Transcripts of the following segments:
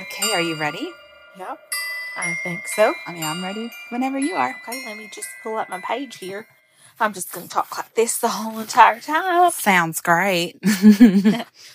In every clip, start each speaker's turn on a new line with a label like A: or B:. A: Okay, are you ready?
B: Yep. I think so.
A: I mean, I'm ready whenever you are.
B: Okay, let me just pull up my page here. I'm just going to talk like this the whole entire time.
A: Sounds great.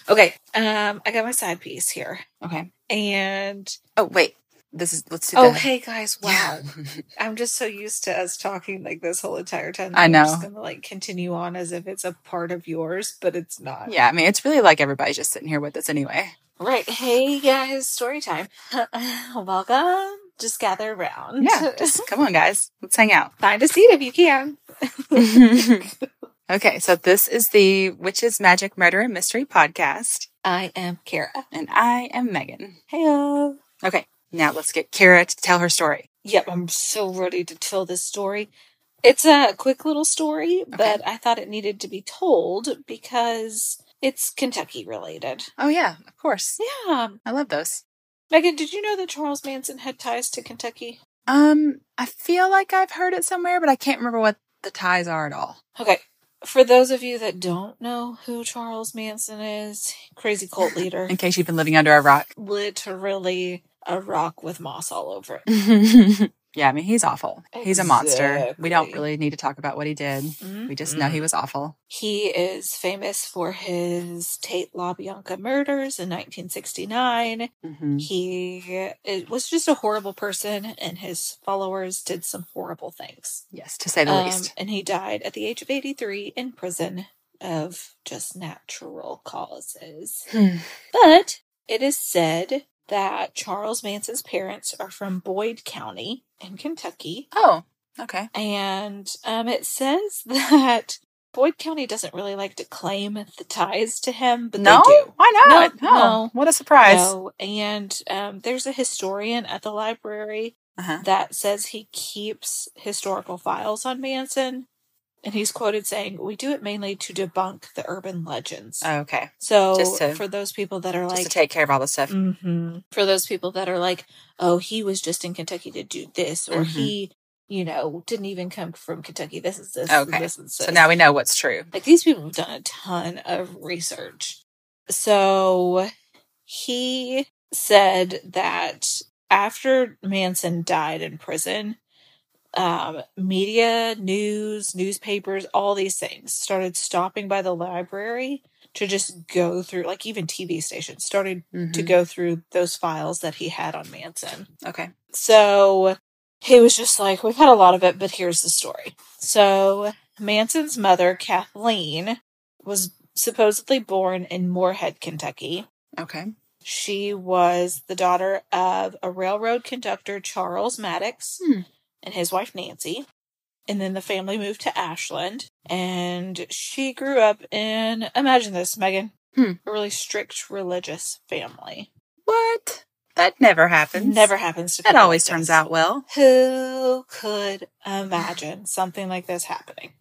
B: Okay, um, I got my side piece here.
A: okay.
B: And
A: Oh, wait. This is, let's do
B: oh,
A: the-
B: hey guys, wow!
A: Yeah.
B: I'm just so used to us talking like this whole entire time.
A: I
B: that I'm just
A: know.
B: gonna like continue on as if it's a part of yours, but it's not.
A: yeah, I mean, it's really like everybody's just sitting here with us anyway.
B: Right. Hey guys, story time. Welcome. Just gather around.
A: Yeah, just come on, guys. Let's hang out.
B: find a seat if you can.
A: okay, so this is the Witches, Magic, Murder, and Mystery podcast,
B: I am Kara.
A: and I am Megan.
B: Hello.
A: Okay, now let's get Kara to tell her story.
B: Yep, I'm so ready to tell this story. It's a quick little story, but I thought it needed to be told because it's Kentucky related.
A: Oh, yeah, of course.
B: Yeah.
A: I love those.
B: Megan, did you know that Charles Manson had ties to Kentucky?
A: Um, I feel like I've heard it somewhere, but I can't remember what the ties are at all.
B: Okay. For those of you that don't know who Charles Manson is, crazy cult leader,
A: In case you've been living under a rock.
B: literally a rock with moss all over it.
A: yeah, I mean, he's awful. He's a monster. We don't
B: Exactly.
A: really need to talk about what he did.
B: Mhm.
A: We just know he was awful.
B: He is famous for his Tate LaBianca murders in 1969.
A: Mm-hmm.
B: he it was just a horrible person and his followers did some horrible things
A: Yes, to say the
B: Um,
A: least.
B: and he died at the age of 83 in prison of just natural causes
A: Hmm.
B: but it is said that charles manson's parents are from boyd county in kentucky
A: Oh, okay.
B: and um, it says that boyd county doesn't really like to claim the ties to him but
A: no,
B: they do
A: why not?
B: No,
A: Oh,
B: no.
A: what a surprise.
B: no, and um, there's a historian at the library
A: Uh-huh.
B: that says he keeps historical files on Manson, and he's quoted saying, "We do it mainly to debunk the urban legends."
A: okay,
B: so,
A: Uh, just to-
B: for those people that are
A: just to
B: like,
A: take care of all the stuff.
B: Mhm. for those people that are like, "Oh, he was just in Kentucky to do this," or
A: Mhm.
B: he, you know, didn't even come from Kentucky. This is this.
A: Okay.
B: and This is this.
A: So now we know what's true.
B: Like these people have done a ton of research. So he said that after Manson died in prison, um, media, news, newspapers, all these things started stopping by the library to just go through, like even TV stations started to
A: Mhm.
B: go through those files that he had on Manson.
A: Okay.
B: So he was just like, We've had a lot of it, but here's the story. So Manson's mother, Kathleen, was supposedly born in Moorhead, Kentucky.
A: Okay.
B: She was the daughter of a railroad conductor, Charles Maddox,
A: Hmm.
B: and his wife, Nancy. And then the family moved to Ashland, and she grew up in, imagine this, Megan,
A: Hmm.
B: a really strict religious family.
A: What? That never happens.
B: Never happens to
A: That
B: people
A: always
B: like
A: turns
B: this.
A: out well.
B: Who could imagine something like this happening?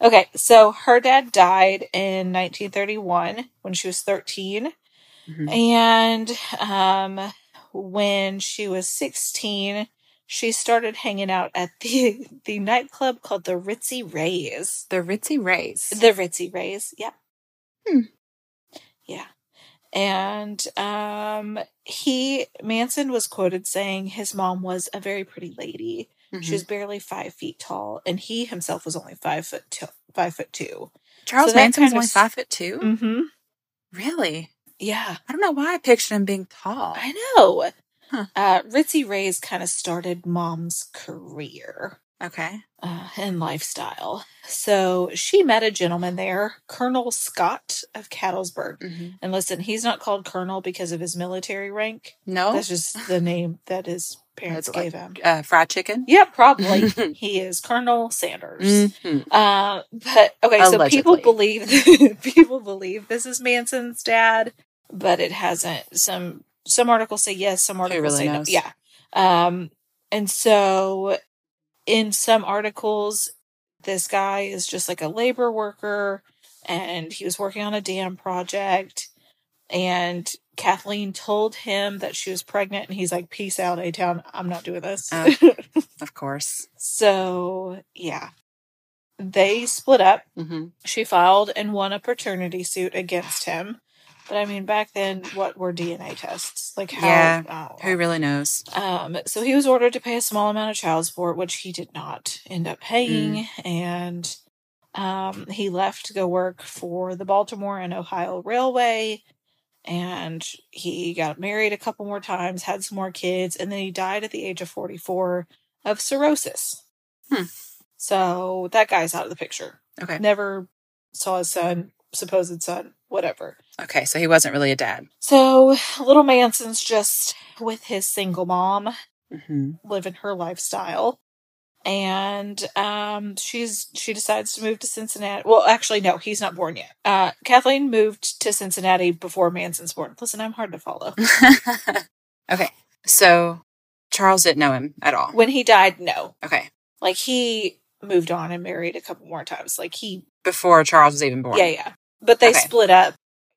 B: Okay, so her dad died in 1931 when she was 13. Mm-hmm.
A: Mhm.
B: And um, when she was 16, she started hanging out at the, the nightclub called the Ritzy Rays.
A: The Ritzy Rays.
B: The Ritzy Rays, yep.
A: Hmm.
B: Yeah. And um, he, Manson was quoted saying his mom was a very pretty lady.
A: Mhm.
B: She was barely five feet tall, and he himself was only five foot two, five foot 2
A: Charles
B: So that
A: Manson was
B: kind of
A: only
B: s-
A: five foot 2
B: Mm-hmm.
A: Really?
B: Yeah,
A: I don't know why I pictured him being tall.
B: I know.
A: Huh.
B: Uh, Ritzy Ray's kind of started mom's career
A: Okay.
B: uh, and lifestyle. So she met a gentleman there, Colonel Scott of Cattlesburg.
A: Mhm.
B: And listen, he's not called Colonel because of his military rank.
A: No.
B: That's just the name that his parents
A: Oh. That's like-
B: gave him.
A: uh, fried chicken.
B: Yeah, probably. he is Colonel Sanders.
A: Mhm.
B: Uh, but okay, so people
A: Allegedly.
B: believe people believe this is Manson's dad, but it hasn't. Some some articles say yes, some articles
A: really
B: say
A: knows?
B: no. Yeah. Um, and so in some articles, this guy is just like a labor worker, and he was working on a dam project, and Kathleen told him that she was pregnant, and he's like, "Peace out, A Town. I'm not doing this."
A: Oh. Of course.
B: so yeah. They split up
A: hmm
B: she filed and won a paternity suit against him. But I mean, back then, what were DNA tests? Like, how? uh,
A: Yeah.
B: I don't know.
A: Who really knows?
B: Um, so he was ordered to pay a small amount of child support, which he did not end up paying,
A: Mm.
B: and um, he left to go work for the Baltimore and Ohio Railway. And he got married a couple more times, had some more kids, and then he died at the age of 44 of cirrhosis.
A: Hmm.
B: So that guy's out of the picture.
A: Okay.
B: Never saw his son, supposed son, whatever.
A: Okay, so he wasn't really a dad.
B: So little Manson's just with his single mom
A: Mm-hmm.
B: living her lifestyle. And um, she's she decides to move to Cincinnati. Well, actually, no, he's not born yet. Uh, Kathleen moved to Cincinnati before Manson's born. Listen, I'm hard to follow.
A: okay, so Charles didn't know him at all.
B: When he died, no,
A: Okay,
B: like he moved on and married a couple more times. Like he,
A: before Charles was even born.
B: yeah, yeah. But they
A: Okay.
B: split up,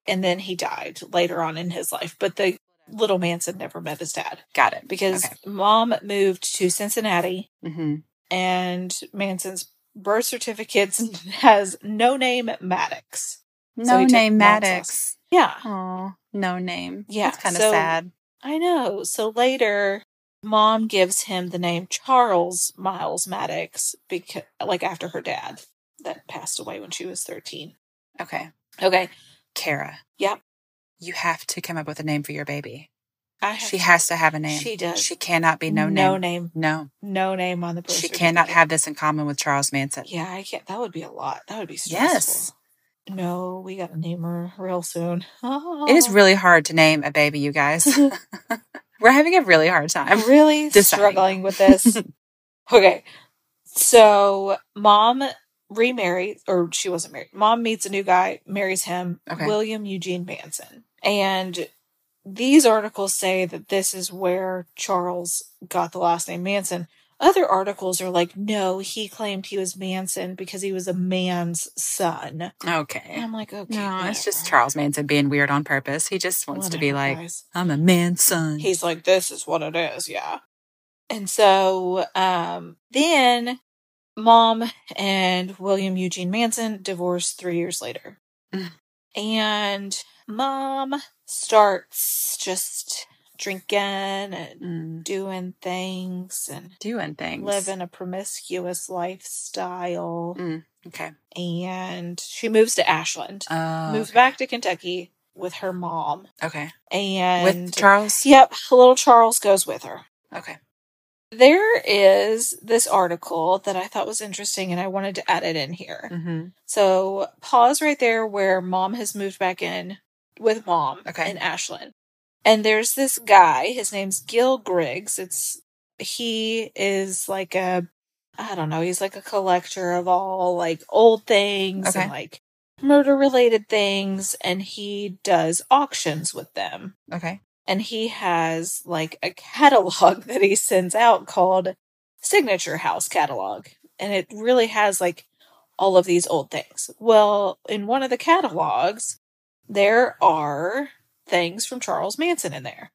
B: and then he died later on in his life. But the little Manson never met his dad
A: Got it.
B: because
A: Okay.
B: mom moved to Cincinnati
A: Mm-hmm.
B: and Manson's birth certificate has no name Maddox.
A: No
B: he took
A: name
B: mom's
A: Maddox.
B: Yeah,
A: Oh, no name.
B: Yeah,
A: That's kind of
B: so-
A: sad.
B: I know. So later, mom gives him the name Charles Miles Maddox because, like, after her dad that passed away when she was thirteen.
A: Okay,
B: Okay,
A: Kara.
B: Yep.
A: You have to come up with a name for your baby.
B: I have
A: She has to have a name.
B: She does.
A: She cannot be no,
B: no
A: name.
B: name,
A: No,
B: no name on the birth.
A: she
B: certificate.
A: cannot have this in common with Charles Manson.
B: Yeah, I can't. That would be a lot. That would be stressful.
A: Yes.
B: No, we got to name her real soon.
A: It is really hard to name a baby, you guys. We're having a really hard time.
B: I'm really
A: deciding.
B: struggling with this. okay. So mom remarries or she wasn't married. Mom meets a new guy, marries him,
A: Okay.
B: William Eugene Manson. And these articles say that this is where Charles got the last name Manson. Other articles are like, no, he claimed he was Manson because he was a man's son. And
A: Okay.
B: I'm like, okay.
A: No, it's just
B: whatever.
A: Charles Manson being weird on purpose. He just wants to be
B: Whatever,
A: like,
B: guys.
A: I'm a man son.
B: He's like, this is what it is, yeah. And so um, then mom and William Eugene Manson divorced three years later.
A: Mm.
B: and mom starts just drinking and
A: Mm,
B: doing things and
A: doing things.
B: living a promiscuous lifestyle.
A: Okay.
B: And she moves to Ashland,
A: Uh,
B: moves back to Kentucky with her mom.
A: Okay.
B: And
A: With Charles?
B: yep, little Charles goes with her.
A: Okay.
B: There is this article that I thought was interesting and I wanted to add it in here.
A: Mm-hmm.
B: So pause right there where mom has moved back in with mom
A: Okay.
B: in Ashland. And there's this guy, his name's Gil Griggs. It's he is like a I don't know, he's like a collector of all like old things
A: Okay.
B: and like murder related things and he does auctions with them
A: Okay.
B: and he has like a catalog that he sends out called Signature House Catalog. And it really has like all of these old things. Well, in one of the catalogs, there are things from Charles Manson in there.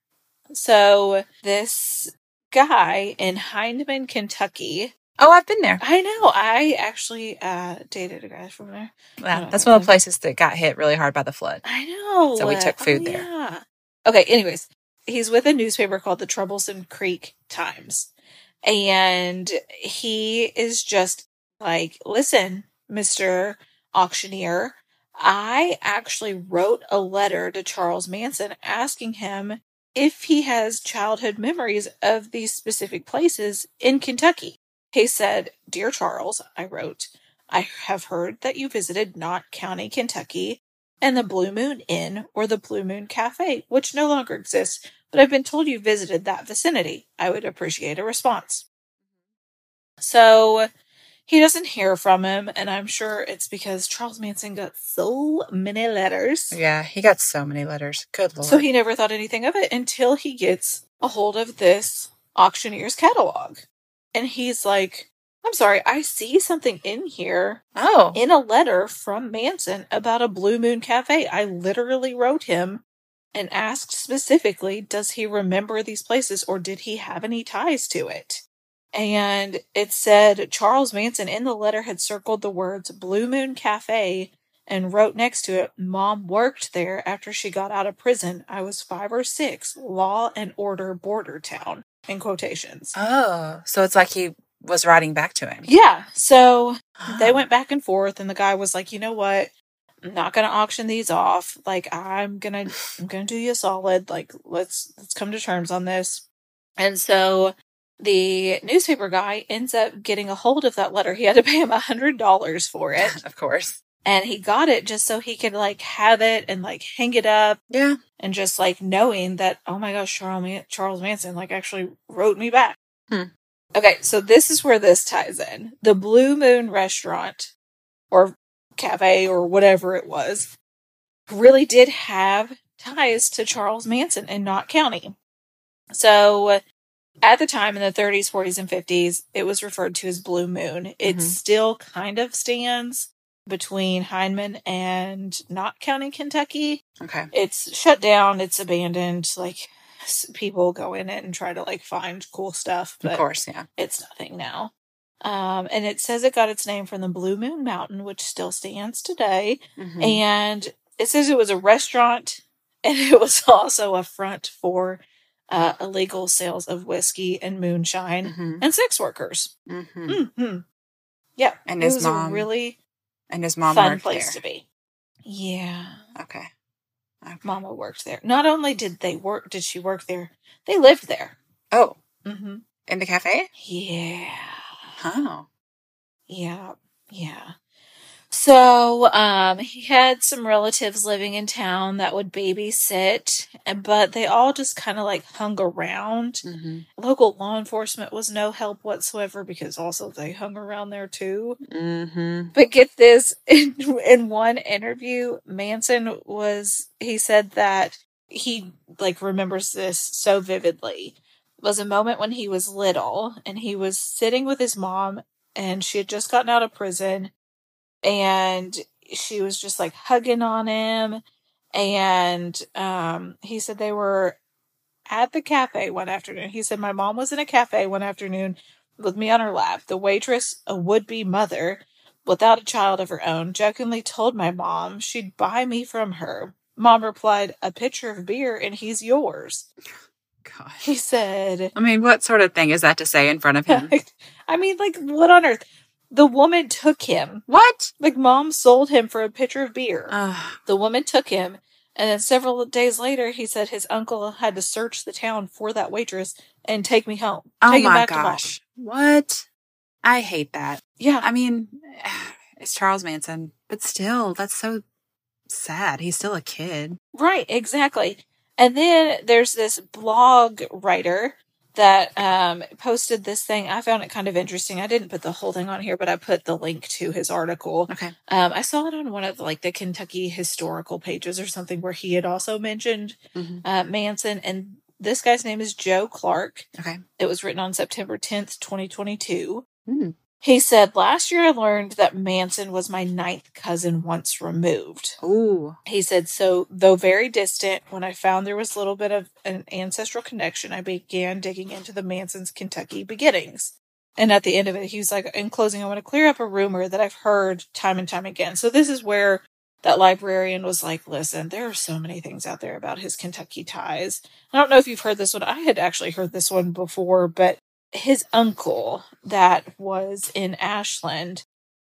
B: So this guy in Hindman, Kentucky.
A: Oh, I've been there.
B: I know. I actually uh, dated a guy from there.
A: Wow.
B: Oh,
A: That's one of the
B: okay.
A: places that got hit really hard by the flood.
B: I know.
A: So we took
B: Oh,
A: food there.
B: Yeah. Okay, anyways, he's with a newspaper called the Troublesome Creek Times. And he is just like, listen, Mr. Auctioneer, I actually wrote a letter to Charles Manson asking him if he has childhood memories of these specific places in Kentucky. He said, Dear Charles, I wrote, I have heard that you visited Knott County, Kentucky, and the Blue Moon Inn or the Blue Moon Cafe, which no longer exists, but I've been told you visited that vicinity. I would appreciate a response. So he doesn't hear from him, and I'm sure it's because Charles Manson got so many letters.
A: Yeah. He got so many letters. Good Lord.
B: So he never thought anything of it until he gets a hold of this auctioneer's catalog. And he's like, I'm sorry, I see something in here
A: oh.
B: in a letter from Manson about a Blue Moon Cafe. I literally wrote him and asked specifically, does he remember these places or did he have any ties to it? And it said Charles Manson in the letter had circled the words Blue Moon Cafe and wrote next to it, Mom worked there after she got out of prison. I was five or six, law and order border town, in quotations.
A: Oh, so it's like he was writing back to him.
B: Yeah. So
A: Uh-huh.
B: they went back and forth, and the guy was like, you know what? I'm not gonna auction these off. Like I'm gonna I'm gonna do you a solid. Like let's let's come to terms on this. And so the newspaper guy ends up getting a hold of that letter. He had to pay him a hundred dollars for it.
A: of course.
B: and he got it just so he could like have it and like hang it up
A: Yeah.
B: and just like knowing that oh my gosh charles, Man- charles manson like actually wrote me back
A: Hmm.
B: okay so this is where this ties in the blue moon restaurant or cafe or whatever it was really did have ties to charles manson in knott county so at the time in the 30s 40s and 50s it was referred to as blue moon it
A: Mhm.
B: still kind of stands between Hindman and Knott County, Kentucky.
A: Okay.
B: It's shut down, it's abandoned. Like s- people go in it and try to like find cool stuff,
A: Of
B: but
A: course. Yeah.
B: it's nothing now. Um, and it says it got its name from the Blue Moon Mountain, which still stands today.
A: Mhm.
B: Mm-hmm, And it says it was a restaurant and it was also a front for uh, illegal sales of whiskey and moonshine
A: Mhm.
B: and sex workers.
A: Mhm.
B: Mm-hmm. Yeah.
A: And
B: it
A: his
B: was
A: mom
B: a really
A: And his mom
B: fun
A: worked
B: place
A: there.
B: to be. Yeah,
A: Okay. okay.
B: Mama worked there. Not only did they work, did she work there? They lived there.
A: Oh,
B: Mm-hmm.
A: in the cafe?
B: Yeah,
A: Oh.
B: yeah, yeah. So, um, he had some relatives living in town that would babysit, and- but they all just kind of like hung around.
A: Mm-hmm.
B: Local law enforcement was no help whatsoever because also they hung around there too.
A: Mm-hmm.
B: But get this in, in one interview, Manson was, he said that he like remembers this so vividly. It was a moment when he was little and he was sitting with his mom and she had just gotten out of prison and she was just like hugging on him. And um, he said they were at the cafe one afternoon. He said, My mom was in a cafe one afternoon with me on her lap. The waitress, a would be mother, without a child of her own, jokingly told my mom she'd buy me from her. Mom replied, A pitcher of beer and he's yours. He
A: Gosh.
B: said,
A: I mean, what sort of thing is that to say in front of him?
B: I mean, like, what on earth? The woman took him.
A: what?
B: Like, mom sold him for a pitcher of beer.
A: Ugh.
B: the woman took him, and then several days later, he said his uncle had to search the town for that waitress and take me home.
A: oh
B: take him
A: my
B: back to mom.
A: gosh. What? I hate that.
B: Yeah.
A: I mean, it's Charles Manson, but still, that's so sad. He's still a kid.
B: Right, exactly. And then there's this blog writer that um, posted this thing. I found it kind of interesting. I didn't put the whole thing on here, but I put the link to his article.
A: Okay.
B: Um, I saw it on one of the, like the Kentucky historical pages or something where he had also mentioned
A: Mhm.
B: uh, Manson. And this guy's name is Joe Clark.
A: Okay.
B: It was written on September 10th, 2022.
A: Hmm.
B: He said, Last year I learned that Manson was my ninth cousin once removed.
A: Ooh.
B: He said, So, though very distant, when I found there was a little bit of an ancestral connection, I began digging into the Manson's Kentucky beginnings. And at the end of it, he was like, In closing, I want to clear up a rumor that I've heard time and time again. So, this is where that librarian was like, Listen, there are so many things out there about his Kentucky ties. I don't know if you've heard this one. I had actually heard this one before, but his uncle that was in Ashland,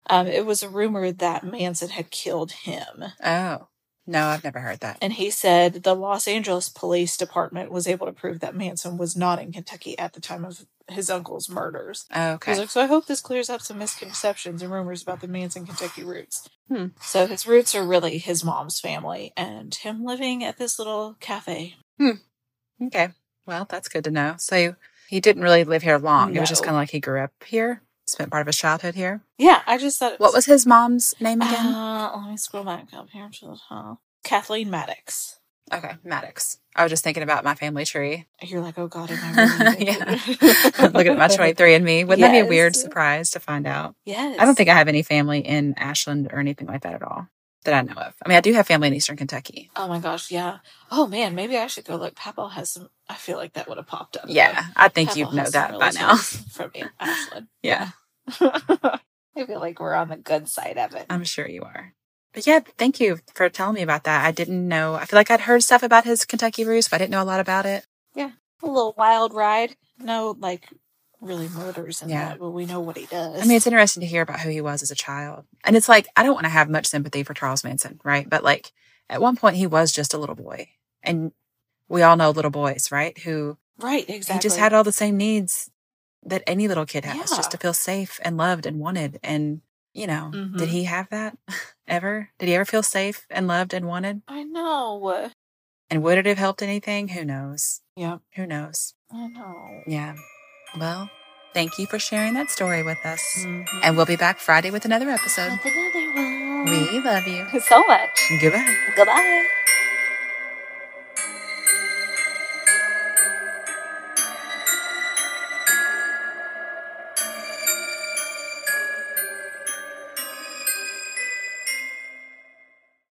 B: um, it was a rumor that Manson had killed him.
A: Oh. No, I've never heard that.
B: And he said the Los Angeles Police Department was able to prove that Manson was not in Kentucky at the time of his uncle's murders. He was
A: Okay.
B: like, so I hope this clears up some misconceptions and rumors about the Manson Kentucky roots.
A: Hmm.
B: So his roots are really his mom's family and him living at this little cafe.
A: Okay. Well, that's good to know. So he didn't really live here long. It was just
B: No.
A: kind of like he grew up here, spent part of his childhood here.
B: Yeah, I just thought it
A: What was his mom's name again?
B: Uh, let me scroll back up here to the top. Kathleen Maddox.
A: okay, Maddox. I was just thinking about my family tree.
B: You're like, oh God, am I really
A: yeah. Looking at my 23 and me. Wouldn't that be a weird
B: Yes.
A: surprise to find out?
B: Yes.
A: I don't think I have any family in Ashland or anything like that at all that I know of. I mean, I do have family in Eastern Kentucky.
B: Oh my gosh, yeah. Oh man, maybe I should go look. Papal has some. I feel like that would have popped up. though.
A: Yeah, I think
B: Papal
A: you'd know
B: has some
A: that by now.
B: relatives From me, Ashland.
A: Yeah,
B: I feel like we're on the good side of it.
A: Uh I'm sure you are. But yeah, thank you for telling me about that. I didn't know. I feel like I'd heard stuff about his Kentucky Roost, but I didn't know a lot about it.
B: A little wild ride. No, like really murders and
A: Yeah.
B: that, but we know what he does.
A: I mean, it's interesting to hear about who he was as a child. And it's like, I don't want to have much sympathy for Charles Manson, right? But like, at one point, he was just a little boy. And we all know little boys, right? Who
B: right, exactly.
A: he just had all the same needs that any little kid has,
B: Yeah.
A: just to feel safe and loved and wanted. And, you know,
B: Mhm.
A: did he have that ever? Did he ever feel safe and loved and wanted?
B: I know.
A: And would it have helped anything? Who knows?
B: Yeah,
A: Who knows?
B: I know.
A: Yeah. Well, thank you for sharing that story with us.
B: Mhm.
A: And we'll be back Friday with another episode.
B: With another one.
A: We love you.
B: so much.
A: Goodbye.
B: Goodbye.